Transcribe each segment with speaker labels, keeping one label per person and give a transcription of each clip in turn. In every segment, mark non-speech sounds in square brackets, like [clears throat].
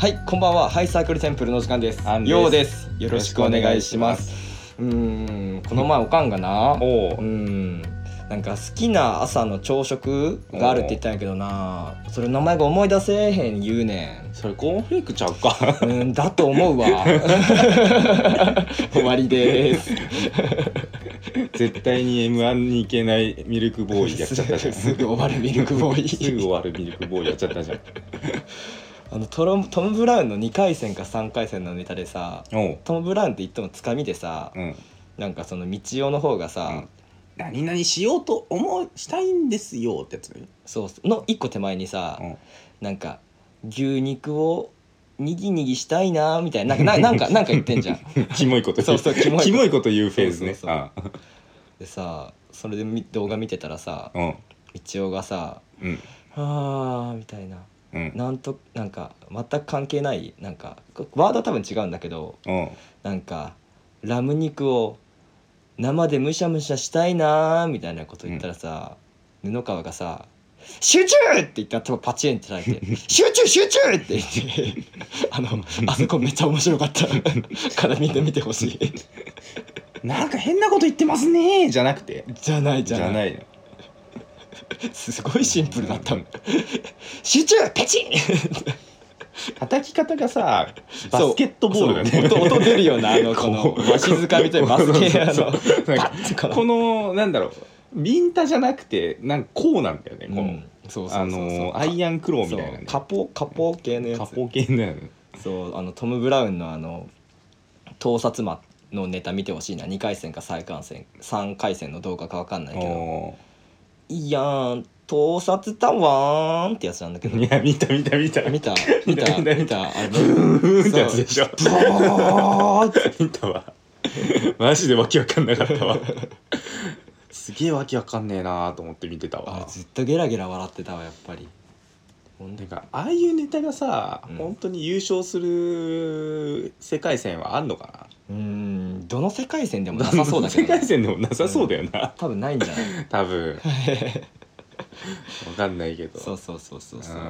Speaker 1: はい、こんばんは。ハイサークルテンプルの時間です。
Speaker 2: アンです
Speaker 1: ようです。よろしくお願いします。うーん、この前おかんがな。う
Speaker 2: お
Speaker 1: ー
Speaker 2: お
Speaker 1: ん。なんか好きな朝の朝食があるって言ったんやけどなそれ名前が思い出せえへん言うね
Speaker 2: それコーンフレークちゃうか [laughs]
Speaker 1: んうんだと思うわ終わりです
Speaker 2: 絶対に m 1に行けないミルクボーイやっちゃ [laughs] ったじゃん
Speaker 1: すぐ終わるミルクボーイ
Speaker 2: [laughs] すぐ終わるミルクボーイやっちゃったじゃん
Speaker 1: あのトロムトム・ブラウンの2回戦か3回戦のネタでさ
Speaker 2: おう
Speaker 1: トム・ブラウンって言ってもつかみでさ
Speaker 2: うん
Speaker 1: なんかその道夫の方がさ、
Speaker 2: うん何々しようと思うしたいんですよってやつね
Speaker 1: そうそうの一個手前にさ、
Speaker 2: うん
Speaker 1: なんか牛肉をにぎにぎしたいなーみたいななんかななんかなんか言ってんじゃん
Speaker 2: キモいこと言
Speaker 1: そうそうキモいこと
Speaker 2: キモいこと言うフェーズね
Speaker 1: そうそうでさそれでみ動画見てたらさ
Speaker 2: うん
Speaker 1: 道夫がさ
Speaker 2: うん
Speaker 1: 「あー」みたいな
Speaker 2: うん
Speaker 1: なんとなんか全く関係ないなんかこワードは多分違うんだけど
Speaker 2: うん
Speaker 1: なんかラム肉を生でむしゃむしゃしたいなーみたいなこと言ったらさ、布川がさ「集中!」って言ったら頭パチンって叩いて
Speaker 2: [laughs]
Speaker 1: 「集中集中!」って言ってあのあそこめっちゃ面白かったからみんな見てほしい
Speaker 2: なんか変なこと言ってますねじゃなくて
Speaker 1: じゃないじ
Speaker 2: じ
Speaker 1: ゃ
Speaker 2: ゃ
Speaker 1: ない
Speaker 2: ないの
Speaker 1: すごいシンプルだったの集中ペチン
Speaker 2: 叩き方がさバスケットボールだね
Speaker 1: そう音音出るようなあのこの
Speaker 2: こう
Speaker 1: わしづかみたいなバスケあの
Speaker 2: そうそうそうなんか
Speaker 1: パッてこの
Speaker 2: このなんだろうビンタじゃなくてなんかこうなんだよねこ
Speaker 1: う
Speaker 2: の
Speaker 1: ん、そうそうそうそう
Speaker 2: あのーアイアンクローみたいなね
Speaker 1: そうカポカポ系のやつ
Speaker 2: カポ系だよね
Speaker 1: そうあのトム・ブラウンのあの盗撮魔のネタ見てほしいな2回戦か3回戦3回戦の動画か分かんないけど
Speaker 2: お
Speaker 1: 「いやーん盗撮だわーん」ってやつなんだけど
Speaker 2: ーいや見た見た見た
Speaker 1: 見た見た
Speaker 2: 見た
Speaker 1: 見たあれ
Speaker 2: うーんってやつでしょ
Speaker 1: ブワーって
Speaker 2: 見たわマジでわけわかんなかったわすげえわけわかんねえなと思って見てた
Speaker 1: あれ
Speaker 2: わ
Speaker 1: ずっとゲラゲラ笑ってたわやっぱりほん
Speaker 2: な
Speaker 1: で
Speaker 2: んかああいうネタがさ、
Speaker 1: うん
Speaker 2: 本当に優勝する世界戦はあんのか
Speaker 1: うーんどの世界線でも
Speaker 2: な
Speaker 1: なさそうだけ
Speaker 2: [laughs] 世
Speaker 1: どな
Speaker 2: 界戦でもなさそうだよな、
Speaker 1: 多分ないんじゃない
Speaker 2: 多 [laughs] 分わかんないけど
Speaker 1: そうそうそうそうそう
Speaker 2: うん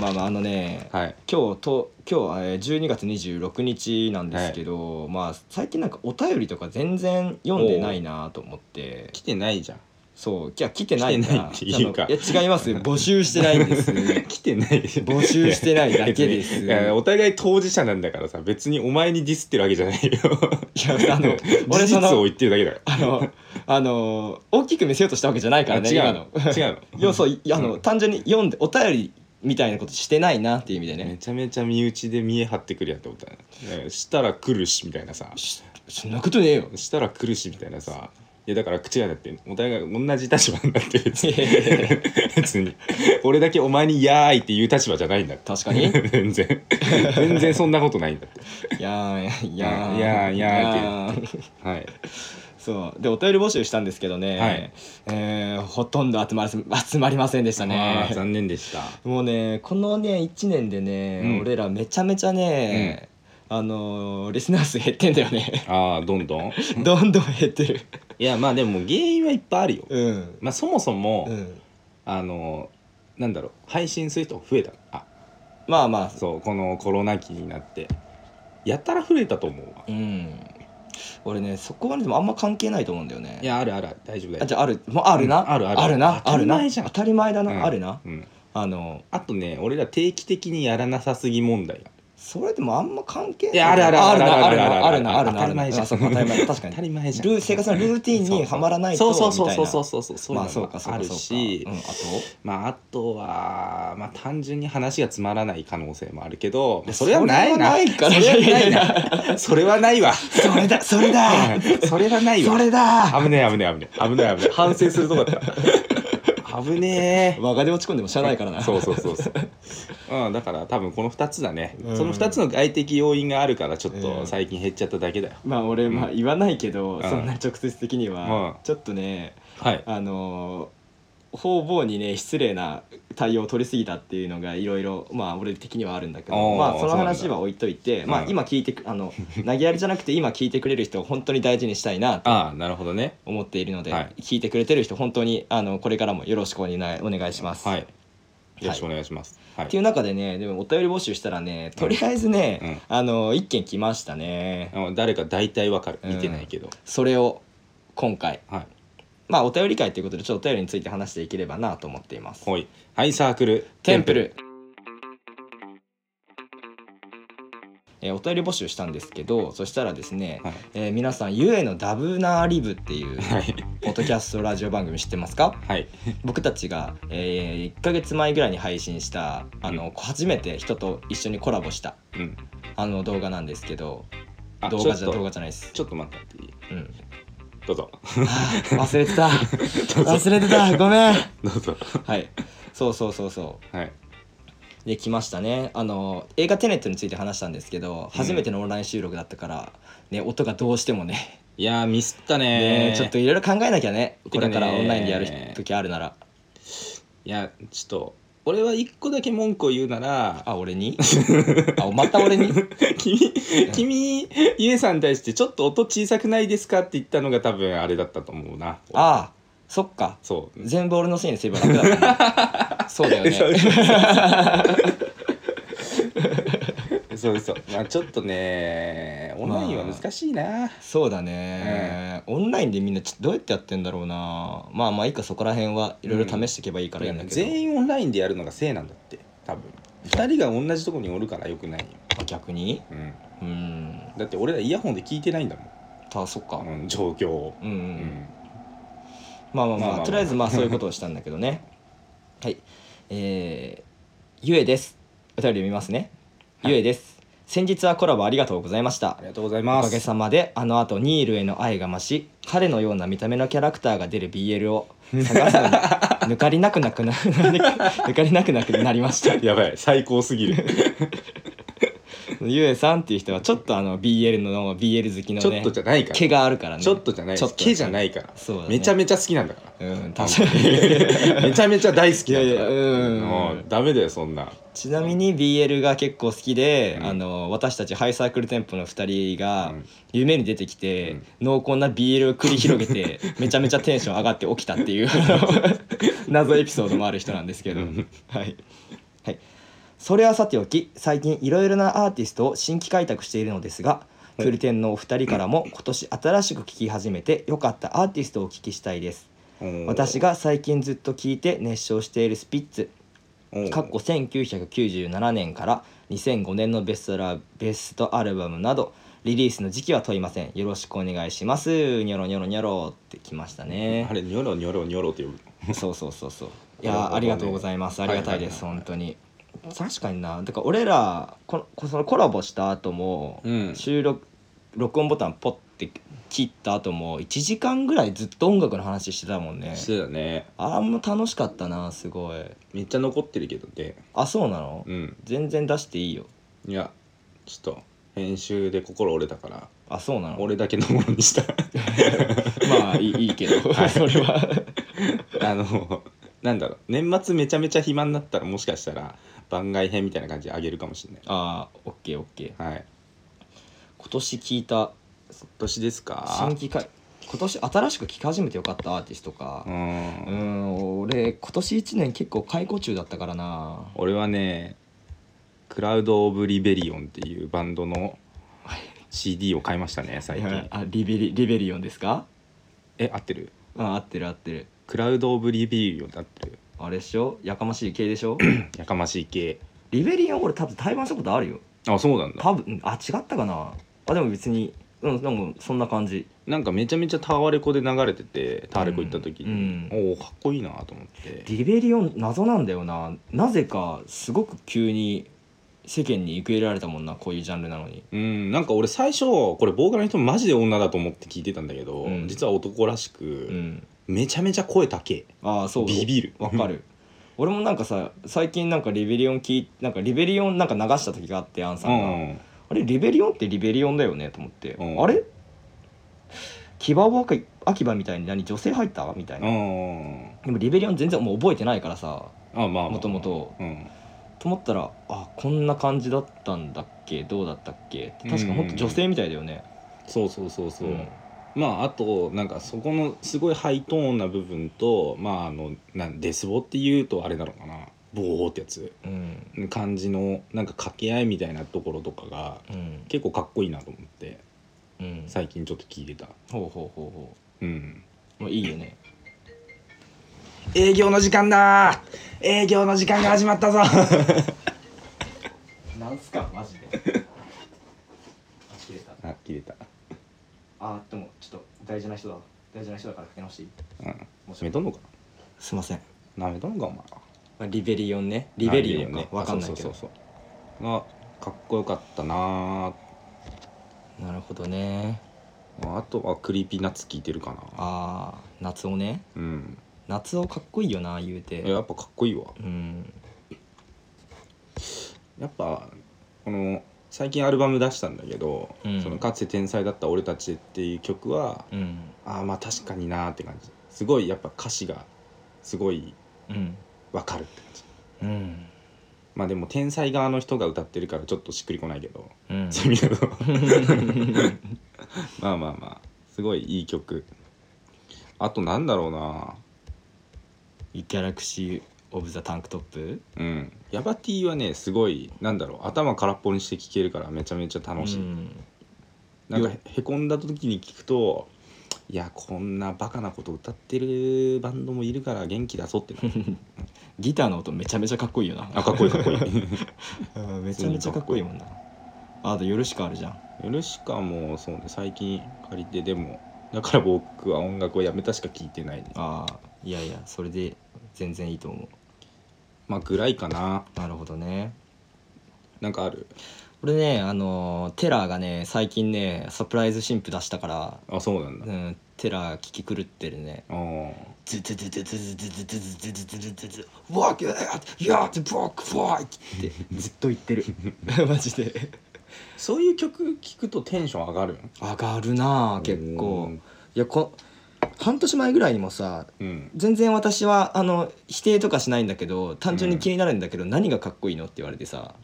Speaker 1: まあまああのね
Speaker 2: はい
Speaker 1: 今日と今日えー12月26日なんですけど、まあ最近なんかお便りとか全然読んでないなと思って
Speaker 2: 来てないじゃん [laughs]
Speaker 1: そういや来てないんだ
Speaker 2: 来てないっていうか
Speaker 1: あのいや違います募集してないんです
Speaker 2: [laughs] 来てない募
Speaker 1: 集してないだけ
Speaker 2: [laughs]
Speaker 1: です
Speaker 2: お互い当事者なんだからさ別にお前にディスってるわけじゃないよ
Speaker 1: いやあ
Speaker 2: [laughs]
Speaker 1: の
Speaker 2: 事
Speaker 1: 俺そ
Speaker 2: 実を
Speaker 1: の
Speaker 2: 言ってるだけだか
Speaker 1: あのあの大きく見せようとしたわけじゃないから
Speaker 2: ら
Speaker 1: ね
Speaker 2: 違
Speaker 1: 今
Speaker 2: う
Speaker 1: の
Speaker 2: の違うの
Speaker 1: [laughs] 要素いあの、
Speaker 2: うん
Speaker 1: 単純に読んでお便りみたいなことしてないなっていう意味で
Speaker 2: め
Speaker 1: ね
Speaker 2: ちゃめちゃ身内で見え張ってくるやんって思ったねしたら来るしみたいなさ
Speaker 1: しそんなことねえよ
Speaker 2: したら来るしみたいなさいやだから口がだってお互い同じ立場になって別に [laughs] 別に俺だけお前に「やーい」っていう立場じゃないんだって
Speaker 1: 確かに
Speaker 2: [laughs] 全然全然そんなことないんだって
Speaker 1: いやーいやー
Speaker 2: いやーいやー
Speaker 1: ー
Speaker 2: はい
Speaker 1: そうでお便り募集したんですけどね、
Speaker 2: はい
Speaker 1: えーほとんど集まり集まりませんでした
Speaker 2: あ
Speaker 1: ね
Speaker 2: ー残念でした
Speaker 1: もうねこのね1年でね、
Speaker 2: うん
Speaker 1: 俺らめちゃめちゃね、あのーリスナー数減ってんだよね
Speaker 2: ああどんどん
Speaker 1: どんどん減ってる
Speaker 2: いやまあでも原因はいっぱいあるよ、
Speaker 1: うん
Speaker 2: まあ、そもそも、
Speaker 1: うん
Speaker 2: あのなんだろう配信する人が増えたあ
Speaker 1: まあまあ
Speaker 2: そうこのコロナ期になってやたら増えたと思うわ
Speaker 1: うん俺ねそこはねでもあんま関係ないと思うんだよね
Speaker 2: いやあるある大丈夫だ
Speaker 1: あじ
Speaker 2: よ
Speaker 1: ゃああるもうあるな、
Speaker 2: うんあるある
Speaker 1: な
Speaker 2: 当た
Speaker 1: あ
Speaker 2: り前
Speaker 1: るな
Speaker 2: じゃん
Speaker 1: 当たり前だな、
Speaker 2: うん
Speaker 1: あるな
Speaker 2: うん、
Speaker 1: あの
Speaker 2: あとね俺ら定期的にやらなさすぎ問題が
Speaker 1: それでもあんま関係ない
Speaker 2: いやあるある
Speaker 1: あるなあ
Speaker 2: あ
Speaker 1: る
Speaker 2: る
Speaker 1: なあ
Speaker 2: あ
Speaker 1: る
Speaker 2: る
Speaker 1: なあるな
Speaker 2: 当たり前じゃん
Speaker 1: あそう当たり前確か
Speaker 2: 当
Speaker 1: に
Speaker 2: たり前じゃん
Speaker 1: ルー生活のルーティンにはまらないと
Speaker 2: そうそうそう
Speaker 1: みたい
Speaker 2: そう
Speaker 1: な
Speaker 2: そうそうそうそう
Speaker 1: まあそうかそう
Speaker 2: あ
Speaker 1: か
Speaker 2: る
Speaker 1: そうか
Speaker 2: し
Speaker 1: うんあと
Speaker 2: まああとはまあ単純に話がつまらない可能性もあるけど
Speaker 1: いや
Speaker 2: それはない
Speaker 1: そ
Speaker 2: な
Speaker 1: れはないから
Speaker 2: それはないなそれはないわ
Speaker 1: それだそれだ
Speaker 2: [laughs]
Speaker 1: [laughs]
Speaker 2: それはないわ
Speaker 1: それだ
Speaker 2: 危ねえ危ねえ危ねえ危ねえ危ねえ反省するとこだった危ねえ
Speaker 1: 我がで落ち込んでもしゃあないからな
Speaker 2: そうそうそうそう、うん、だから多分この2つだね、
Speaker 1: うん
Speaker 2: その2つの外的要因があるからちょっ
Speaker 1: うん
Speaker 2: と最近減っちゃっただけだよ、
Speaker 1: まあ俺まあ言わないけど、
Speaker 2: うん
Speaker 1: そんな直接的には、
Speaker 2: うん
Speaker 1: ちょっとね
Speaker 2: はい
Speaker 1: あのー方々にね失礼な対応を取りすぎたっていうのがいろいろまあ俺的にはあるんだけど
Speaker 2: おー
Speaker 1: まあそ
Speaker 2: そ
Speaker 1: の
Speaker 2: うなんだ
Speaker 1: 話は置いといて、まあ
Speaker 2: うん
Speaker 1: 今聞いてくあ
Speaker 2: [laughs]
Speaker 1: の投げやりじゃなくて今聞いてくれる人を本当に大事にしたいなと
Speaker 2: ああなるほどね
Speaker 1: 思っているので、
Speaker 2: はい
Speaker 1: 聞いてくれてる人本当にあのこれからもよろしくお願いお願いします。
Speaker 2: はいよろしくお願いします。はい
Speaker 1: っていう中でねでもお便り募集したらねとりあえずね、
Speaker 2: うん
Speaker 1: あの一件来ましたね
Speaker 2: あの誰か大体わかる
Speaker 1: うん
Speaker 2: 見てないけど、
Speaker 1: それを今回
Speaker 2: はい
Speaker 1: まあお便り会ということでちょっとお便りについて話していければなと思っています
Speaker 2: ほいはいサークル
Speaker 1: テンプルえーお便り募集したんですけどそしたらですね、
Speaker 2: はい
Speaker 1: えー皆さん「ゆえのダブナーリブ」っていう
Speaker 2: はい [laughs]
Speaker 1: ポッドキャストラジオ番組知ってますか
Speaker 2: はい
Speaker 1: 僕たちが、え1ヶ月前ぐらいに配信したあの、初めて人と一緒にコラボした
Speaker 2: うん
Speaker 1: あの動画なんですけど
Speaker 2: あ
Speaker 1: 動画じ
Speaker 2: ち
Speaker 1: ゃ
Speaker 2: ょっと
Speaker 1: 動画じゃないです、
Speaker 2: ちょっと待ってっていい
Speaker 1: うん、
Speaker 2: ど
Speaker 1: [laughs]
Speaker 2: うぞ
Speaker 1: あー忘れて
Speaker 2: [laughs]
Speaker 1: た
Speaker 2: どうぞ
Speaker 1: 忘れてたごめん
Speaker 2: どうぞ
Speaker 1: はいそうそうそうそう
Speaker 2: はい
Speaker 1: で来ましたねあの映画「テネット」について話したんですけど初めてのオンライン収録だったから、ね、音がどうしてもね
Speaker 2: いやーミスったね
Speaker 1: ね
Speaker 2: ー
Speaker 1: ちょっといろいろ考えなきゃね
Speaker 2: て
Speaker 1: こ
Speaker 2: か
Speaker 1: れ
Speaker 2: ね
Speaker 1: からオンラインでやる時あるなら
Speaker 2: いやちょっと俺は一個だけ文句を言うなら
Speaker 1: あ俺にあまた俺
Speaker 2: [laughs]
Speaker 1: に
Speaker 2: 君君ゆえさんに対してちょっと音小さくないですかって言ったのが多分あれだったと思うな
Speaker 1: ああそっか
Speaker 2: そう
Speaker 1: 全部俺のせいにすれば楽だもん
Speaker 2: [laughs]
Speaker 1: なそうだよ
Speaker 2: そう
Speaker 1: ね
Speaker 2: そうそうまあちょっとねオンラインは難しいな、
Speaker 1: そうだね、オンラインでみんなちどうやってやってんだろうなまあまあいいかそこら辺はいろいろ試していけばいいからいいんだけど、
Speaker 2: 全員オンラインでやるのがせいなんだって多分2人が同じとこにおるからよくないよ、
Speaker 1: あ逆に
Speaker 2: うん、
Speaker 1: うん
Speaker 2: だって俺らイヤホンで聞いてないんだ
Speaker 1: たそっか
Speaker 2: もん、うん、状況を、
Speaker 1: うんう
Speaker 2: うんん
Speaker 1: まあまあ
Speaker 2: まあま
Speaker 1: ま
Speaker 2: あ
Speaker 1: あ
Speaker 2: まあ
Speaker 1: とりあえずまあそういうことをしたんだけど
Speaker 2: [laughs]
Speaker 1: ねはいえー、ゆえですお便り読みますね、
Speaker 2: はい
Speaker 1: ゆえです先日はコラボありがとうございました
Speaker 2: ありがとうござい
Speaker 1: お
Speaker 2: ま
Speaker 1: かげ
Speaker 2: す
Speaker 1: さまであの後ニールへの愛が増し彼のような見た目のキャラクターが出る BL を
Speaker 2: [laughs]
Speaker 1: 探すのに抜かりなくなくな [laughs] 抜かりなくなくなりました
Speaker 2: やばい最高すぎる
Speaker 1: ゆえさんっていう人はちょっとあの BL の BL 好きの
Speaker 2: ちょっ
Speaker 1: ね
Speaker 2: とじゃないから
Speaker 1: 毛があるからね
Speaker 2: ちょっとじゃない
Speaker 1: ちょっと
Speaker 2: 毛じゃないから
Speaker 1: そうだね
Speaker 2: めちゃめちゃ好きなんだから
Speaker 1: うん確かに
Speaker 2: [laughs] めちゃめちゃ大好きだから
Speaker 1: いやいやうん
Speaker 2: うんダメだよそんな
Speaker 1: ちなみに BL が結構好きで、
Speaker 2: うん
Speaker 1: あの私たちハイサークルテンポの2人が
Speaker 2: うん
Speaker 1: 夢に出てきて、濃厚な BL を繰り広げ
Speaker 2: [laughs]
Speaker 1: てめちゃめちゃテンション上がって起きたっていう [laughs] 謎エピソードもある人なんですけど、
Speaker 2: うん
Speaker 1: はい、はい、それはさておき最近いろいろなアーティストを新規開拓しているのですがクルテンのお二人からも今年新しく聴き始めて良かったアーティストをお聞きしたいです私が最近ずっと聴いて熱唱しているスピッツ過
Speaker 2: か
Speaker 1: 去1997年から2005年のベストラベストアルバムなどリリースの時期は問いませんよろしくお願いしますニョロニョロニョロってきました
Speaker 2: あ
Speaker 1: ね
Speaker 2: れニョロニョロニョロって呼ぶ
Speaker 1: そうそうそう
Speaker 2: [laughs]
Speaker 1: そうい
Speaker 2: なるほ
Speaker 1: や
Speaker 2: どね
Speaker 1: ありがとうございますありがたいです
Speaker 2: はいはいはい
Speaker 1: 本当に確かになだから俺らこのそのコラボした後も
Speaker 2: うん
Speaker 1: 収録録音ボタンポッて切った後も1時間ぐらいずっと音楽の話してたもんね
Speaker 2: そうだね
Speaker 1: あんま楽しかったなすごい
Speaker 2: めっちゃ残ってるけどね
Speaker 1: あそうなの
Speaker 2: うん
Speaker 1: 全然出していいよ
Speaker 2: いやちょっと編集で心折れたから
Speaker 1: あそうなの
Speaker 2: 俺だけのものにした
Speaker 1: まあ [laughs] いいいいけど、それは
Speaker 2: [laughs] あのなんだろう年末めちゃめちゃ暇になったらもしかしたら番外編みたいな感じであげるかもしれない
Speaker 1: [laughs] ああオッケーオッケー
Speaker 2: はい
Speaker 1: 今年聞いた
Speaker 2: 今年です
Speaker 1: 新
Speaker 2: か
Speaker 1: 規か今年新しく聴き始めてよかったアーティストか
Speaker 2: う
Speaker 1: うんん俺今年1年結構解雇中だったからな
Speaker 2: 俺はねクラウド・オブ・リベリオンっていうバンドの CD を買いましたね最近
Speaker 1: あリベリリベリオンですか
Speaker 2: え合ってる
Speaker 1: あ合ってる合ってる
Speaker 2: クラウド・オブ・リベリオンって合ってる
Speaker 1: あれでしょやかましい系でし [laughs] ょ
Speaker 2: やかましい系
Speaker 1: リベリオン俺多分対バンしたことあるよ
Speaker 2: あそうなんだ
Speaker 1: 多分うんあ違ったかなあでも別にうんなんかそんな感じ
Speaker 2: なんかめちゃめちゃタワレコで流れててタワレコ行った時に、
Speaker 1: う
Speaker 2: おおかっこいいなと思って
Speaker 1: リベリオン謎なんだよななぜかすごく急に世間に受け入れられたもんなこういうジャンルなのに
Speaker 2: うんなんか俺最初これボーカルの人マジで女だと思って聞いてたんだけど、
Speaker 1: うん
Speaker 2: 実は男らしく、
Speaker 1: うん
Speaker 2: めちゃめちゃ声高え
Speaker 1: ああそう
Speaker 2: ビビる
Speaker 1: わかる [laughs] 俺もなんかさ最近なんかリベリオン聞いなんかリベリオンなんか流した時があってアンさ
Speaker 2: うん
Speaker 1: が、
Speaker 2: ん
Speaker 1: あれリベリオンってリベリオンだよねと思って、
Speaker 2: うん
Speaker 1: あれキバオアキアキバみたいに何女性入ったみたいうな、
Speaker 2: ん
Speaker 1: でもリベリオン全然もう覚えてないからさ
Speaker 2: あまあ
Speaker 1: もともと
Speaker 2: うん
Speaker 1: と思ったらあこんな感じだったんだっけどうだったっけって確かほんと女性みたいだよね、
Speaker 2: そうそうそうそう、
Speaker 1: うん
Speaker 2: まああとなんかそこのすごいハイトーンな部分とまああのなんデスボっていうとあれなのかなボーってやつ
Speaker 1: うん
Speaker 2: 感じのなんか掛け合いみたいなところとかが
Speaker 1: うん
Speaker 2: 結構かっこいいなと思って
Speaker 1: うん
Speaker 2: 最近ちょっと聞いてた
Speaker 1: ほうほうほうほ
Speaker 2: うん
Speaker 1: うもういいよね
Speaker 2: 営業の時間だー営業の時間が始ま [laughs] ったぞ
Speaker 1: なんすかマジで [laughs] あ切れた
Speaker 2: あ切れた、
Speaker 1: あでもちょっと大事な人だ大事な人だからかけ直していい
Speaker 2: うん、
Speaker 1: もし
Speaker 2: めとんのか
Speaker 1: すいません
Speaker 2: ななめとんのかお前
Speaker 1: まあリベリオンねリベリオンか
Speaker 2: ね
Speaker 1: わかんないけ
Speaker 2: あ
Speaker 1: ど
Speaker 2: そうそうそうそうがかっこよかったなー
Speaker 1: なるほどね
Speaker 2: あとはクリーピーナッツ聞いてるかな
Speaker 1: あー夏をね
Speaker 2: うん
Speaker 1: 夏をかっこいいよな言うて
Speaker 2: やっぱかっこいいわ
Speaker 1: うん
Speaker 2: やっぱこの最近アルバム出したんだけど、
Speaker 1: うん
Speaker 2: そのかつて天才だった俺たちっていう曲は
Speaker 1: うん
Speaker 2: ああまあ確かになーって感じすごいやっぱ歌詞がすごい
Speaker 1: うん
Speaker 2: わかるって感じ
Speaker 1: うん
Speaker 2: まあでも天才側の人が歌ってるからちょっとしっくりこないけど、 [laughs]
Speaker 1: [laughs] うん
Speaker 2: そういう意味だと [laughs] まあまあまあすごいいい曲あとなんだろうな
Speaker 1: ギャラクシー・オブ・ザ・タンクトップ
Speaker 2: うんヤバティはねすごいなんだろう頭空っぽにして聴けるからめちゃめちゃ楽しい、
Speaker 1: うん
Speaker 2: なんか
Speaker 1: よ
Speaker 2: へこんだ時に聞くといやこんなバカなこと歌ってるバンドもいるから元気だぞっ
Speaker 1: [laughs]
Speaker 2: てなる
Speaker 1: ギターの音めちゃめちゃかっこいいよな
Speaker 2: あかっこいいかっこいい
Speaker 1: うんめちゃめちゃかっこいいもんなあと「よろしく」あるじゃん
Speaker 2: ヨルシカもそうね最近借りてでもだから僕は音楽をやめたしか聞いてないね
Speaker 1: ああいやいやそれで全然いいと思う
Speaker 2: まあぐらいかな
Speaker 1: なるほどね
Speaker 2: なんかある
Speaker 1: 俺ねあのーテラーがね最近ねサプライズ新譜出したから、
Speaker 2: あそうなんだ、
Speaker 1: うん、テラー聴き狂ってるね
Speaker 2: あー
Speaker 1: ズズズズズズズズズズズズズズワークヤーズボックファイってずっと言ってるマジで
Speaker 2: そういう曲聞くとテンション上がるよ
Speaker 1: 上がるなあ結
Speaker 2: う
Speaker 1: 構
Speaker 2: ん
Speaker 1: いやこ半年前ぐらいにもさ
Speaker 2: うん
Speaker 1: 全然私はあの否定とかしないんだけど単純に気になるんだけど、何がかっこいいのって言われてさ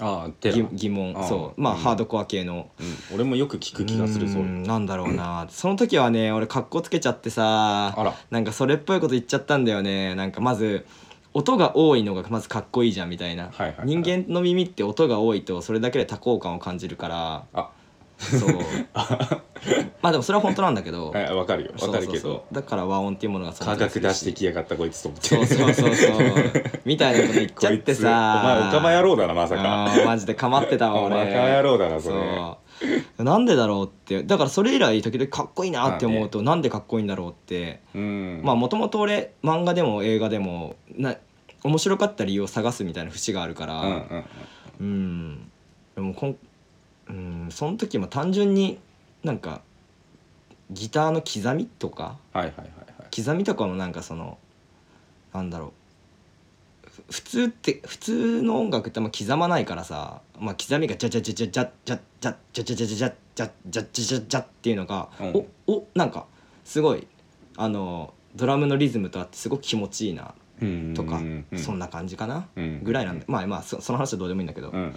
Speaker 2: ああテラ、う
Speaker 1: 疑
Speaker 2: ん、
Speaker 1: 疑問
Speaker 2: あー
Speaker 1: そうまあ、
Speaker 2: うん
Speaker 1: ハードコア系の
Speaker 2: 俺もよく聞く気がするそう
Speaker 1: ー
Speaker 2: いうん
Speaker 1: なんだろうなその時はね俺かっこつけちゃってさ
Speaker 2: あら
Speaker 1: なんかそれっぽいこと言っちゃったんだよねなんかまず音が多いのがまずかっこいいじゃんみたいな、
Speaker 2: はいはいはい
Speaker 1: 人間の耳って音が多いとそれだけで多幸感を感じるから
Speaker 2: あ [laughs]
Speaker 1: そうまあでもそれは本当なんだけど
Speaker 2: はいわかるよわかる
Speaker 1: そう
Speaker 2: け
Speaker 1: そう
Speaker 2: ど
Speaker 1: そうだから和音っていうものが存
Speaker 2: 価
Speaker 1: 在す
Speaker 2: 格
Speaker 1: る
Speaker 2: 出してきやがったこいつと思って
Speaker 1: そうそうそうそうみたいなこと言っちゃってさ
Speaker 2: こいつお前オカマ野郎だなまさ
Speaker 1: あ
Speaker 2: か
Speaker 1: ーマジで構ってたわ
Speaker 2: オ
Speaker 1: 俺
Speaker 2: カマ野郎だなそれ
Speaker 1: そうなんでだろうってだからそれ以来時々かっこいいなって思うと、なんでかっこいいんだろうって
Speaker 2: うん
Speaker 1: まあもともと俺漫画でも映画でもな面白かった理由を探すみたいな節があるか
Speaker 2: あ
Speaker 1: ら
Speaker 2: うんうんうん
Speaker 1: うんでもこんうんその時も単純になんかギターの刻みとか
Speaker 2: はいはいはいはい
Speaker 1: 刻みとかもなんかそのなんだろうふ普通って普通の音楽ってあんま刻まないからさ、まあ、刻みがジャジャジャジャジャジャジャジャジャジャジャジャジャジャジャジャジャっていうのが、
Speaker 2: うん
Speaker 1: おおなんかすごいあのドラムのリズムとあってすごく気持ちいいな
Speaker 2: うん
Speaker 1: とか、そん
Speaker 2: な
Speaker 1: な感じかな、
Speaker 2: ぐ
Speaker 1: ぐらいなんで、まあまあそその話はどうでもいいんだけど、
Speaker 2: うん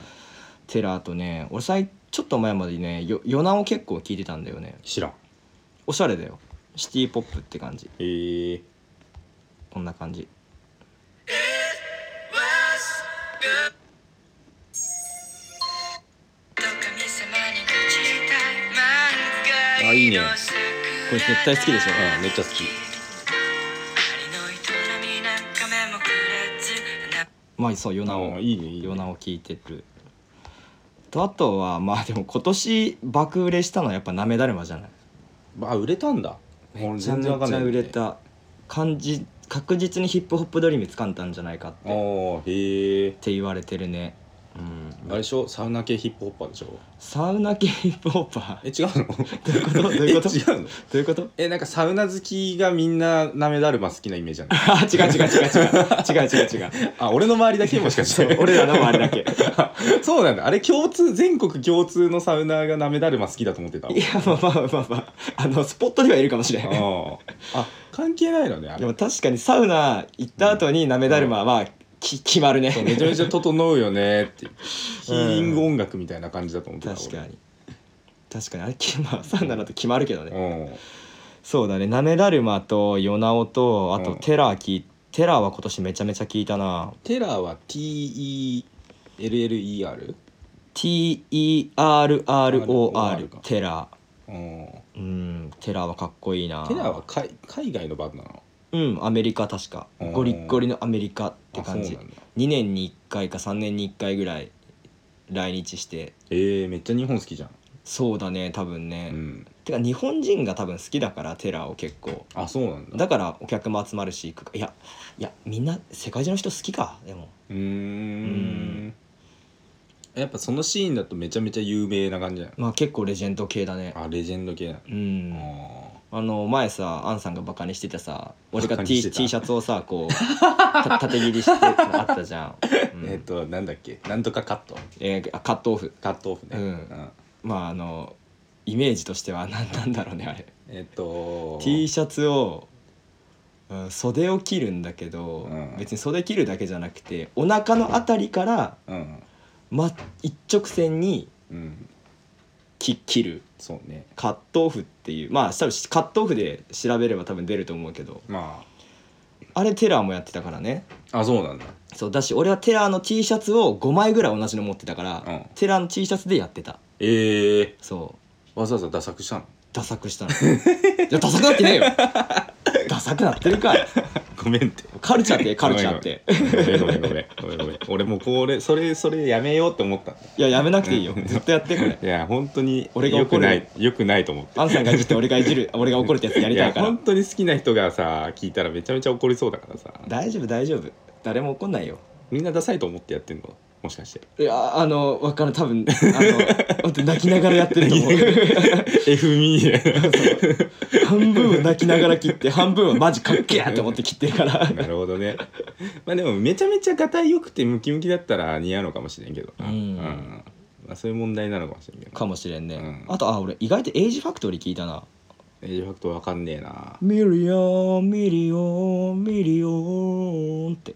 Speaker 1: テラーとね俺最ちょっと前までねよヨナを結構聞いてたんだよね
Speaker 2: 知らん
Speaker 1: おしゃれだよシティポップって感じ
Speaker 2: えー
Speaker 1: こんな感じ
Speaker 3: あいいね
Speaker 1: こ
Speaker 3: こ
Speaker 1: れ
Speaker 3: れ
Speaker 1: 絶
Speaker 3: 絶
Speaker 1: 対好
Speaker 3: 対好
Speaker 1: き
Speaker 3: き
Speaker 1: で
Speaker 3: で
Speaker 1: し
Speaker 3: し
Speaker 1: ょ
Speaker 3: ょ
Speaker 2: うんめっちゃ好き
Speaker 1: まあそうヨナを
Speaker 2: あいいねいい
Speaker 1: ヨ
Speaker 2: ね
Speaker 1: ナを聞いてるとあとはまあでも今年爆売れしたのはやっぱなめだるまじゃない
Speaker 2: あ売れたんだ
Speaker 1: めちゃめちゃ売れた感じ確実にヒップホップドリーム掴んだんじゃないかっ
Speaker 2: ああ
Speaker 1: てっ
Speaker 2: へえ
Speaker 1: て言われてるねうん
Speaker 2: あれでしょサウナ系ヒップホッパーでしょ
Speaker 1: サウナ系ヒップホッパ
Speaker 2: え
Speaker 1: ー
Speaker 2: 違うの [laughs]
Speaker 1: どういうことどういうこと
Speaker 2: え違うの
Speaker 1: どういうこと [laughs]
Speaker 2: えなんかサウナ好きがみんななめだるま好きなイメージある
Speaker 1: あ違う違う違う違う違う違う違う [laughs] 違う
Speaker 2: [laughs] あ俺の周りだけもしかし
Speaker 1: そ
Speaker 2: [laughs]
Speaker 1: う
Speaker 2: て
Speaker 1: 俺らの周りだけ
Speaker 2: そうなんだあれ共通全国共通のサウナーがなめだるま好きだと思ってたあ
Speaker 1: いやまあまあまあまああのスポットにはいるかもしれん
Speaker 2: ーあ関係ないのねあ
Speaker 1: で
Speaker 2: れ
Speaker 1: も確かにサウナ行った後になめだるまはき決まるね
Speaker 2: そうめちゃめちゃ整うよねっていうヒーリング音楽みたいな感じだ
Speaker 1: [laughs]
Speaker 2: と思ってた
Speaker 1: 確かに確かにあれ [laughs] 決まサウナだと決まるけどね
Speaker 2: 俺うん
Speaker 1: そうだねなめだるまとヨナオとあと
Speaker 2: うん
Speaker 1: テラー聞いテラーは今年めちゃめちゃ聞いたな
Speaker 2: テラーは TELLER?
Speaker 1: TERROR
Speaker 2: か
Speaker 1: テラ
Speaker 2: うん
Speaker 1: ーうんテラーはかっこいいな
Speaker 2: テラーは海海外のバンドなの
Speaker 1: うんアメリカ確か
Speaker 2: うん
Speaker 1: ゴリッゴリのアメリカって感
Speaker 2: あそ
Speaker 1: じ
Speaker 2: うなんだ
Speaker 1: 2年に1回か3年に1回ぐらい来日して
Speaker 2: えー、めっちゃ日本好きじゃん、
Speaker 1: そうだね多分ね、
Speaker 2: うん、
Speaker 1: てか日本人が多分好きだからテラーを結構
Speaker 2: あそうなんだ
Speaker 1: だからお客も集まるし行くかいやいやみんな世界中の人好きかでも
Speaker 2: うーんやっぱそのシーンだとめちゃめちゃ有名な感じだよ
Speaker 1: まあ結構レジェンド系だね
Speaker 2: あレジェンド系な
Speaker 1: うん
Speaker 2: の
Speaker 1: あの前さアンさんがバカにしてたさ俺が
Speaker 2: バカ
Speaker 1: T,
Speaker 2: にして
Speaker 1: T
Speaker 2: た
Speaker 1: シャツをさこうた縦切りしてあったじゃん、う
Speaker 2: うんんえっ、となんだっけなんとかカット
Speaker 1: えーあカットオフ
Speaker 2: カットオフね、
Speaker 1: うんまああのイメージとしては何なんだろうねあれ
Speaker 2: えっ、と
Speaker 1: T シャツを、うん、袖を切るんだけど、
Speaker 2: うん
Speaker 1: 別に袖切るだけじゃなくてお腹のあたりから、
Speaker 2: うん
Speaker 1: ま、一直線に
Speaker 2: うん
Speaker 1: き切る
Speaker 2: そうね
Speaker 1: カットオフっていうまあ多分カットオフで調べれば多分出ると思うけど
Speaker 2: ま
Speaker 1: あれテラーもやってたからね
Speaker 2: ああそうなんだ
Speaker 1: そうだし俺はテラーの T シャツを5枚ぐらい同じの持ってたから、
Speaker 2: うん
Speaker 1: テラーの T シャツでやってた
Speaker 2: えー、
Speaker 1: そう
Speaker 2: わざわざダサくしたの
Speaker 1: ダサくしたのいやダサくなってねえよダサくなってるかい
Speaker 2: ごめんって
Speaker 1: カルチャーってカルチャーって
Speaker 2: ごめんごめんごめんごめんごめんごめん俺もうこれそれそれやめようって思ったんだ
Speaker 1: いややめなくていいよずっとやってこれ
Speaker 2: いや本当に
Speaker 1: 俺が
Speaker 2: よ
Speaker 1: 怒
Speaker 2: く
Speaker 1: る
Speaker 2: ないよくないと思って
Speaker 1: アンさんがいじって俺がいじる俺が怒るってやつやりたいか
Speaker 2: や
Speaker 1: ら
Speaker 2: 本当に好きな人がさ聞いたらめちゃめちゃ怒りそうだからさ
Speaker 1: 大丈夫大丈夫誰も怒んないよ
Speaker 2: みんなダサいと思ってやってんのもしかして [laughs]
Speaker 1: いやあの分かる多分あの本当に泣きながらやってると思う
Speaker 2: F ミー
Speaker 1: 半分は泣きながら切って半分はマジかっけえって思って切ってるから [laughs]
Speaker 2: なるほどね [laughs] まあでもめちゃめちゃがたいよくてムキムキだったら似合うのかもしれんけどな
Speaker 1: うん
Speaker 2: まあ、そういう問題なのかもしれんけど
Speaker 1: かもしれんね、
Speaker 2: うん
Speaker 1: あとあ俺意外とエイジファクトリー聞いたな
Speaker 2: エイジファクトわかんねえな
Speaker 1: ミリオンミリオンミリオンって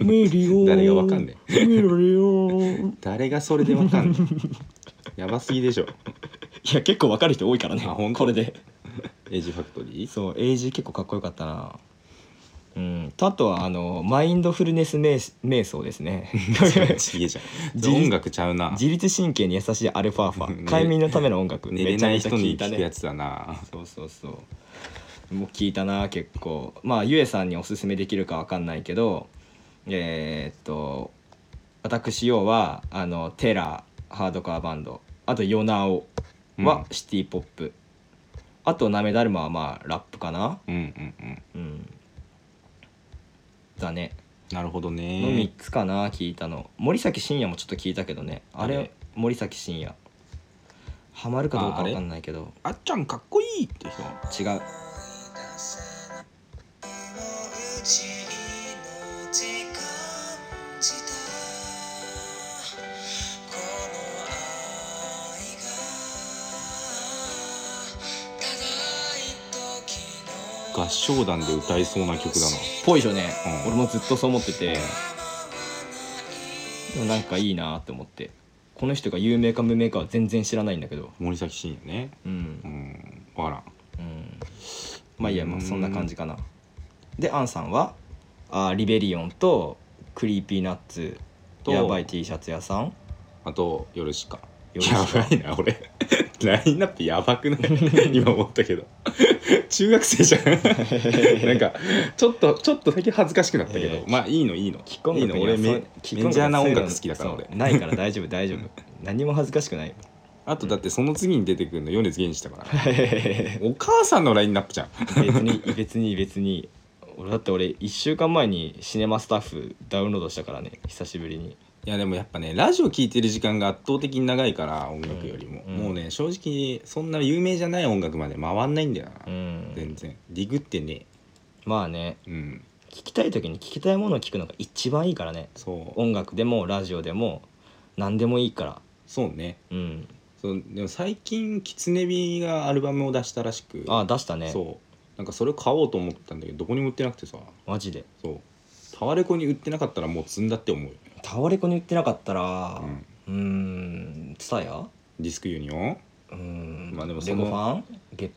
Speaker 1: ミリオン
Speaker 2: 誰がわかんね
Speaker 1: えミリオン
Speaker 2: 誰がそれでわかんね
Speaker 1: [laughs]
Speaker 2: えやばすぎでしょ
Speaker 1: いや結構わかる人多いからね
Speaker 2: あほんと
Speaker 1: これで
Speaker 2: エイジファク
Speaker 1: [laughs]
Speaker 2: トリー
Speaker 1: そうエイジ結構かっこよかったなうん、とあとはあのマインドフルネス瞑瞑想です [laughs] ね
Speaker 2: ちげえじゃ
Speaker 1: 自
Speaker 2: ん
Speaker 1: 立
Speaker 2: 音楽ちゃうな
Speaker 1: 自律神経に優しいアルファーファ
Speaker 2: ね
Speaker 1: 快眠のための音楽
Speaker 2: 寝れ
Speaker 1: めちゃ
Speaker 2: ない
Speaker 1: めちゃ
Speaker 2: 人
Speaker 1: 聞
Speaker 2: に
Speaker 1: いた
Speaker 2: 聞くや
Speaker 1: ね
Speaker 2: つだな
Speaker 1: そうそうそうもう聞いたな結構まあゆえさんにおすすめできるかわかんないけどえーっと私要はあのテラーハードカーバンドあとヨナオ
Speaker 2: うん
Speaker 1: はシティポップ、あとナメダルマはまあラップかな
Speaker 2: うんうんうん
Speaker 1: うんだね
Speaker 2: なるほど
Speaker 1: の3
Speaker 2: ね
Speaker 1: つかな聞いたの森崎真也もちょっと聞いたけどねあ
Speaker 2: あ
Speaker 1: れ
Speaker 2: れ
Speaker 1: 森崎真也ハマるかどうか
Speaker 2: ああれ
Speaker 1: わかんないけど
Speaker 2: あっちゃんかっこいいって人
Speaker 1: 違う
Speaker 2: 合唱団で歌いそうな曲だ
Speaker 1: ぽいでしょね、
Speaker 2: うん
Speaker 1: 俺もずっとそう思ってて、
Speaker 2: うん
Speaker 1: でもなんかいいなって思ってこの人が有名か無名かは全然知らないんだけど
Speaker 2: な森崎真也ね
Speaker 1: うん
Speaker 2: うんわからん
Speaker 1: うんまあいいやま
Speaker 2: う
Speaker 1: あ
Speaker 2: ん
Speaker 1: そんな感じかなでアンさんはあーリベリオンとクリーピーナッツ
Speaker 2: と
Speaker 1: やばい T シャツ屋さん
Speaker 2: あと「よろしか」
Speaker 1: ヨルシカ
Speaker 2: や
Speaker 1: [laughs]
Speaker 2: ばいな俺 [laughs] ラインナップやばくない今思ったけど中学生じ
Speaker 1: [laughs]
Speaker 2: ゃんなんかちょっとちょっとだけ恥ずかしくなったけど、
Speaker 1: えー
Speaker 2: まあいいのいいの
Speaker 1: キッコン
Speaker 2: いい
Speaker 1: グ
Speaker 2: の
Speaker 1: 君
Speaker 2: 俺
Speaker 1: はそう
Speaker 2: め
Speaker 1: キッコング君は
Speaker 2: メジャーな
Speaker 1: そういう
Speaker 2: 音
Speaker 1: の
Speaker 2: 楽好きだから俺
Speaker 1: そうないから大丈夫大丈夫
Speaker 2: [laughs]
Speaker 1: 何も恥ずかしくない
Speaker 2: あとだってその次に出てくるの米津玄師だから
Speaker 1: 別
Speaker 2: お母さんのラインナップじゃん
Speaker 1: に別に別に俺だって俺1週間前にシネマスタッフダウンロードしたからね久しぶりに
Speaker 2: いやでもやっぱねラジオ聴いてる時間が圧倒的に長いから音楽よりも、
Speaker 1: うん
Speaker 2: もうね正直そんな有名じゃない音楽まで回んないんだよな、
Speaker 1: うん
Speaker 2: 全然ディグってね
Speaker 1: まあね
Speaker 2: うん
Speaker 1: 聞きたい時に聞きたいものを聞くのが一番いいからね
Speaker 2: そう
Speaker 1: 音楽でもラジオでも何でもいいから
Speaker 2: そうね
Speaker 1: うん
Speaker 2: そうでも最近キツネビがアルバムを出したらしく
Speaker 1: ああ出したね
Speaker 2: そうなんかそれを買おうと思ったんだけどどこにも売ってなくてさ
Speaker 1: マジで
Speaker 2: そうタワレコに売ってなかったらもう積んだって思うよ、
Speaker 1: タワレコに売ってなかったら
Speaker 2: うん
Speaker 1: うーんツタヤ
Speaker 2: ディスクユニオン
Speaker 1: うーん
Speaker 2: まあでもそ
Speaker 1: レ
Speaker 2: の
Speaker 1: ゴファンゲ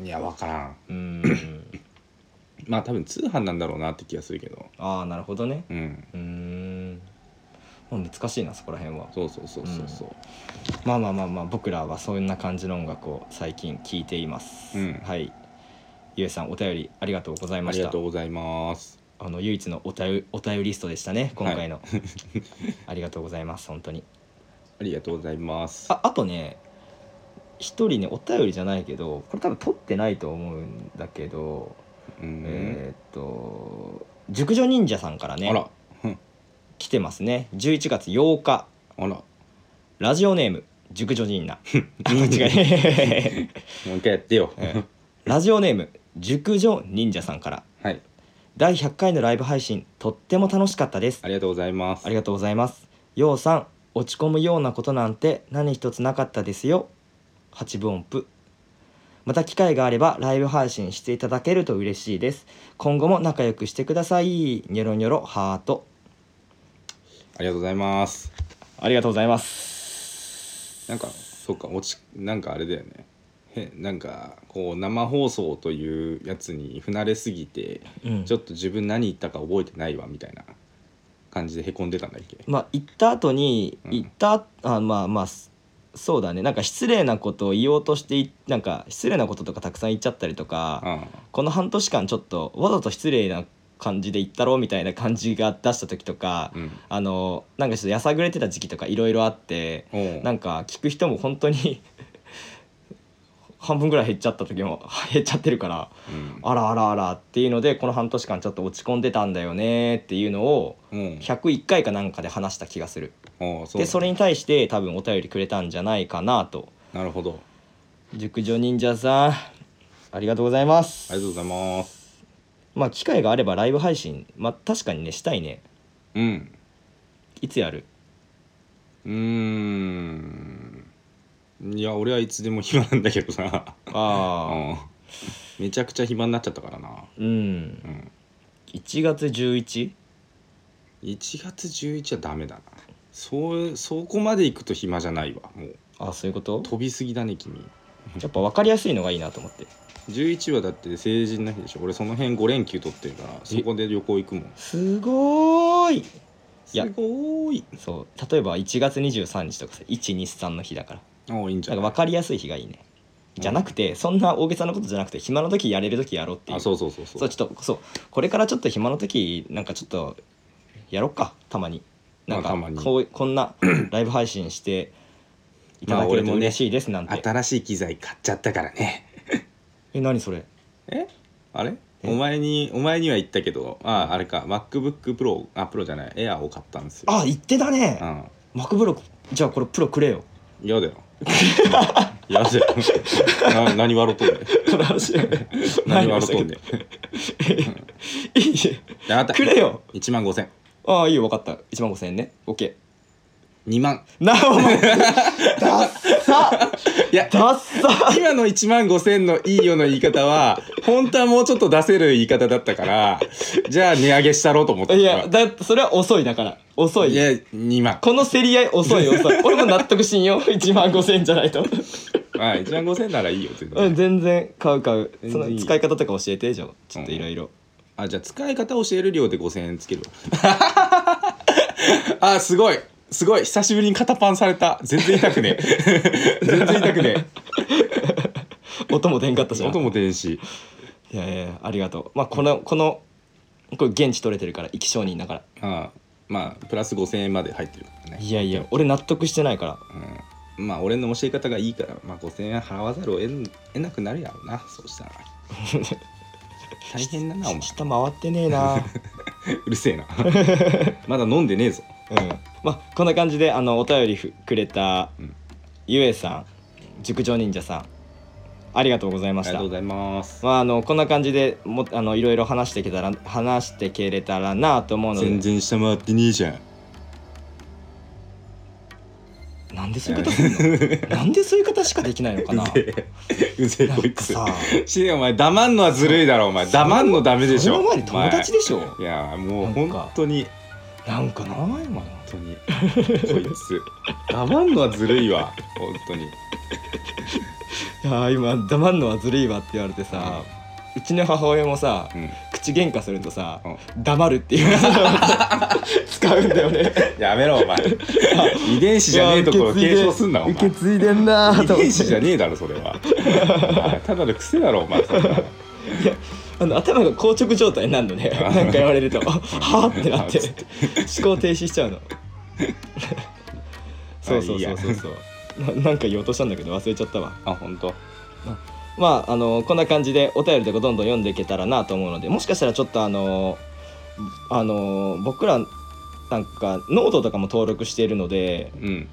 Speaker 2: いやわからん
Speaker 1: うーん
Speaker 2: まあ多分通販なんだろうなって気がするけど
Speaker 1: ああなるほどね
Speaker 2: うん
Speaker 1: うーん、まあ、難しいなそこら辺は
Speaker 2: そうそうそうそうそう、
Speaker 1: まあまあまあまあ僕らはそんな感じの音楽を最近聴いています、
Speaker 2: うん
Speaker 1: はいゆえさんお便りありがとうございま
Speaker 2: あり
Speaker 1: し
Speaker 2: が
Speaker 1: た
Speaker 2: とうございます
Speaker 1: あの唯一のお便りお便りリストでしたね今回の、 [laughs] ありがとうございます本当に
Speaker 2: ありがとうございます
Speaker 1: ああとね一人ねお便りじゃないけどこれ多分取ってないと思うんだけど、
Speaker 2: うん、
Speaker 1: えーっと熟女忍者さんからね
Speaker 2: あら
Speaker 1: 来てますね11月8日
Speaker 2: あらも
Speaker 1: ラジオネーム熟女忍者あ間違い
Speaker 2: う一回やってよ、
Speaker 1: え [laughs] ラジオネーム熟女忍者さんから
Speaker 2: [laughs] はい
Speaker 1: 第100回のライブ配信とっても楽しかったです
Speaker 2: ありがとうございます
Speaker 1: ありがとうございます。ようさん、落ち込むようなことなんて何一つなかったですよ。八分音符。また機会があればライブ配信していただけると嬉しいです。今後も仲良くしてください。ニョロニョロハート。
Speaker 2: ありがとうございます
Speaker 1: ありがとうございます。
Speaker 2: なんかそうか落ちなんかあれだよねへなんかこう生放送というやつに不慣れすぎて
Speaker 1: うん
Speaker 2: ちょっと自分何言ったか覚えてないわみたいな感じでへこんでたんだっけ
Speaker 1: まあ行った後に
Speaker 2: うん
Speaker 1: 行った、あまあまあすそうだねなんか失礼なことを言おうとしていなんか失礼なこととかたくさん言っちゃったりとか、
Speaker 2: あ
Speaker 1: この半年間ちょっとわざと失礼な感じで言ったろうみたいな感じが出した時とか、
Speaker 2: あうん
Speaker 1: あのなんかちょっとやさぐれてた時期とかいろいろあって
Speaker 2: おう
Speaker 1: なんか聞く人も本当に半分ぐらい減っちゃった時も減っちゃってるから
Speaker 2: うん
Speaker 1: あらあらあらっていうのでこの半年間ちょっと落ち込んでたんだよねっていうのを
Speaker 2: うん
Speaker 1: 101回かなんかで話した気がする
Speaker 2: おうそう
Speaker 1: でそれに対して多分お便りくれたんじゃないかなと
Speaker 2: なるほど
Speaker 1: 熟女忍者さんありがとうございます
Speaker 2: ありがとうございます
Speaker 1: まあ機会があればライブ配信まあ確かにねしたいね
Speaker 2: うん
Speaker 1: いつやる
Speaker 2: うーんいや俺はいつでも暇なんだけどさ
Speaker 1: ああ
Speaker 2: うんめちゃくちゃ暇になっちゃったからな
Speaker 1: うん
Speaker 2: うん
Speaker 1: 1月 11?
Speaker 2: 1月11はダメだなそうそこまで行くと暇じゃないわもう
Speaker 1: あそういうこと
Speaker 2: 飛びすぎだね君
Speaker 1: やっぱ分かりやすいのがいいなと思って
Speaker 2: 11はだって成人の日でしょ俺その辺5連休取ってるからそこで旅行行くもん
Speaker 1: すごーいい
Speaker 2: す
Speaker 1: や
Speaker 2: ごーい
Speaker 1: そう例えば1月23日とかさ123の日だから
Speaker 2: ああいいんじ
Speaker 1: な
Speaker 2: ゃ
Speaker 1: んか
Speaker 2: ない
Speaker 1: 分かりやすい日がいいねじゃなくてそんな大げさなことじゃなくて暇の時やれる時やろうっていう
Speaker 2: あそうそうそうそう
Speaker 1: そうちょっとそうこれからちょっと暇の時なんかちょっとやろっかたまになんか
Speaker 2: まあたまに
Speaker 1: こうこん
Speaker 2: [clears throat]
Speaker 1: なライブ配信していただける
Speaker 2: まあ俺
Speaker 1: と
Speaker 2: もね
Speaker 1: 嬉しいですなんて、
Speaker 2: 新しい機材買っちゃったからね
Speaker 1: え何それ
Speaker 2: えあれ
Speaker 1: え
Speaker 2: お前にお前には言ったけどああれか MacBookPro あプロじゃない Air を買ったんですよ
Speaker 1: あ言ってたね
Speaker 2: うん
Speaker 1: マクブロックじゃあこれプロくれよ
Speaker 2: 嫌だよ嫌だよな [laughs] 何笑っと
Speaker 1: [laughs]
Speaker 2: んねん
Speaker 1: この話
Speaker 2: 何笑っとんねん
Speaker 1: [laughs] いいね
Speaker 2: であなた
Speaker 1: くれよ
Speaker 2: 1万5000
Speaker 1: ああいいよ分かった1万5000円ね OK
Speaker 2: 2万
Speaker 1: なあお
Speaker 2: [laughs]
Speaker 1: 前ダッサ
Speaker 2: いや
Speaker 1: ダッサ
Speaker 2: 今の1万5000のいいよの言い方は本当はもうちょっと出せる言い方だったからじゃあ値上げしたろうと思った
Speaker 1: いやだってそれは遅いだから遅い
Speaker 2: いや2万
Speaker 1: この競り合い遅い
Speaker 2: [laughs]
Speaker 1: 遅い俺も納得しんよ1万5000円じゃないと
Speaker 2: はい1万5000ならいいよ全然、
Speaker 1: うん全然買う買う
Speaker 2: 全然いい
Speaker 1: その使い方とか教えてじゃあちょっといろいろ
Speaker 2: あじゃあ使い方教える量で5000円つけるわ [laughs] あすごいすごい久しぶりに肩パンされた全然痛くねえ [laughs] 全然痛くね
Speaker 1: 音も出んかった
Speaker 2: え
Speaker 1: じゃん
Speaker 2: 音も出んし
Speaker 1: いやいやいやありがとうまあこのこのこれ現地取れてるから生き証人だから
Speaker 2: あまあプラス5000円まで入ってるからね
Speaker 1: いやいや俺納得してないから
Speaker 2: うんまあ俺の教え方がいいから、まあ、5000円払わざるを得ん得なくなるやろうなそうした
Speaker 1: [laughs]
Speaker 2: ら大変だなお前
Speaker 1: 下回ってねえ
Speaker 2: [laughs]
Speaker 1: なうん
Speaker 2: うるせ
Speaker 1: [laughs]
Speaker 2: えなまだ飲んでねえぞ
Speaker 1: まあこんな感じであのお便りふくれた
Speaker 2: うん
Speaker 1: ゆえさん熟女忍者さんありがとうござい
Speaker 2: あ
Speaker 1: ま
Speaker 2: り
Speaker 1: し
Speaker 2: がと
Speaker 1: た
Speaker 2: うございます
Speaker 1: まあ、あのこんな感じでもあのいろいろ話してけたら話してけれたらなと思うので
Speaker 2: 全然下回ってねえ
Speaker 1: [laughs]
Speaker 2: じゃん
Speaker 1: なんでそういう方する
Speaker 2: [laughs]
Speaker 1: のなんでそういう方しかできないのかな
Speaker 2: うぜ [laughs] えうぜえ
Speaker 1: なん
Speaker 2: こい
Speaker 1: か
Speaker 2: つ
Speaker 1: さ
Speaker 2: しねお前黙んのはずるいだろお前黙んのダメでしょ
Speaker 1: その前に友達
Speaker 2: で
Speaker 1: でしょ
Speaker 2: いやもう
Speaker 1: なんか
Speaker 2: 本当に
Speaker 1: なんかな今の
Speaker 2: 本当にこい
Speaker 1: [laughs]
Speaker 2: つ黙んのはずるいわ本当に
Speaker 1: いやー今黙んのはずるいわって言われてさ、うちの母親もさ
Speaker 2: うん
Speaker 1: 口口喧嘩するとさ、
Speaker 2: う
Speaker 1: 黙るっていう
Speaker 2: [laughs]
Speaker 1: 使うんだよね
Speaker 2: やめろお前
Speaker 1: [laughs]
Speaker 2: 遺伝子じゃねえところ継承すんなお前
Speaker 1: 受け継いでんな
Speaker 2: 遺
Speaker 1: と思っ
Speaker 2: 伝子じゃ
Speaker 1: て
Speaker 2: ねえだろそれはお前ただの癖だろお前そんなの
Speaker 1: あの頭が硬直状態になるのねなんか言われ
Speaker 2: [laughs]
Speaker 1: るとはぁってなって
Speaker 2: はぁっ
Speaker 1: 思考停止しちゃう
Speaker 2: [laughs]
Speaker 1: のそうそうそうそうそうななんか言おうとしたんだけど忘れちゃったわ
Speaker 2: あ本当
Speaker 1: まあ、あのこんな感じでお便りとかどんどん読んでいけたらなと思うのでもしかしたらちょっとあのあの僕らなんかノートとかも登録しているので
Speaker 2: うん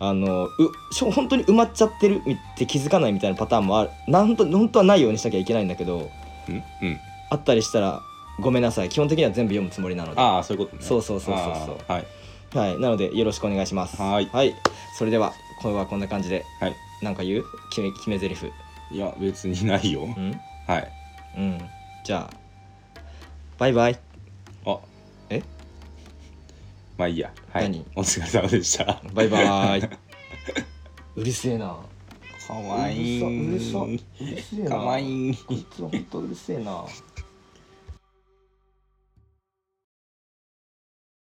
Speaker 1: あのうしょ本当に埋まっちゃってるって気づかないみたいなパターンもあるなんと本当はないようにしなきゃいけないんだけど
Speaker 2: うんうん
Speaker 1: あったりしたらごめんなさい基本的には全部読むつもりなので、は
Speaker 2: ああそういうことね
Speaker 1: そうそうそうそうそう
Speaker 2: あーはい
Speaker 1: い、なのでよろしくお願いします
Speaker 2: はい
Speaker 1: それでは今日はこんな感じで
Speaker 2: はい
Speaker 1: なんか言う決め決め台詞
Speaker 2: いや別にないよ
Speaker 1: うん
Speaker 2: はい
Speaker 1: うんじゃあバイバイ
Speaker 2: あ
Speaker 1: え
Speaker 2: まあいいやはい
Speaker 1: 何
Speaker 2: お疲れ様でした
Speaker 1: バイバイ。 [laughs] うるせえな。
Speaker 2: かわいいう
Speaker 1: るさうるさうるせえな
Speaker 2: かわいい
Speaker 1: こいつは本当うるせえな。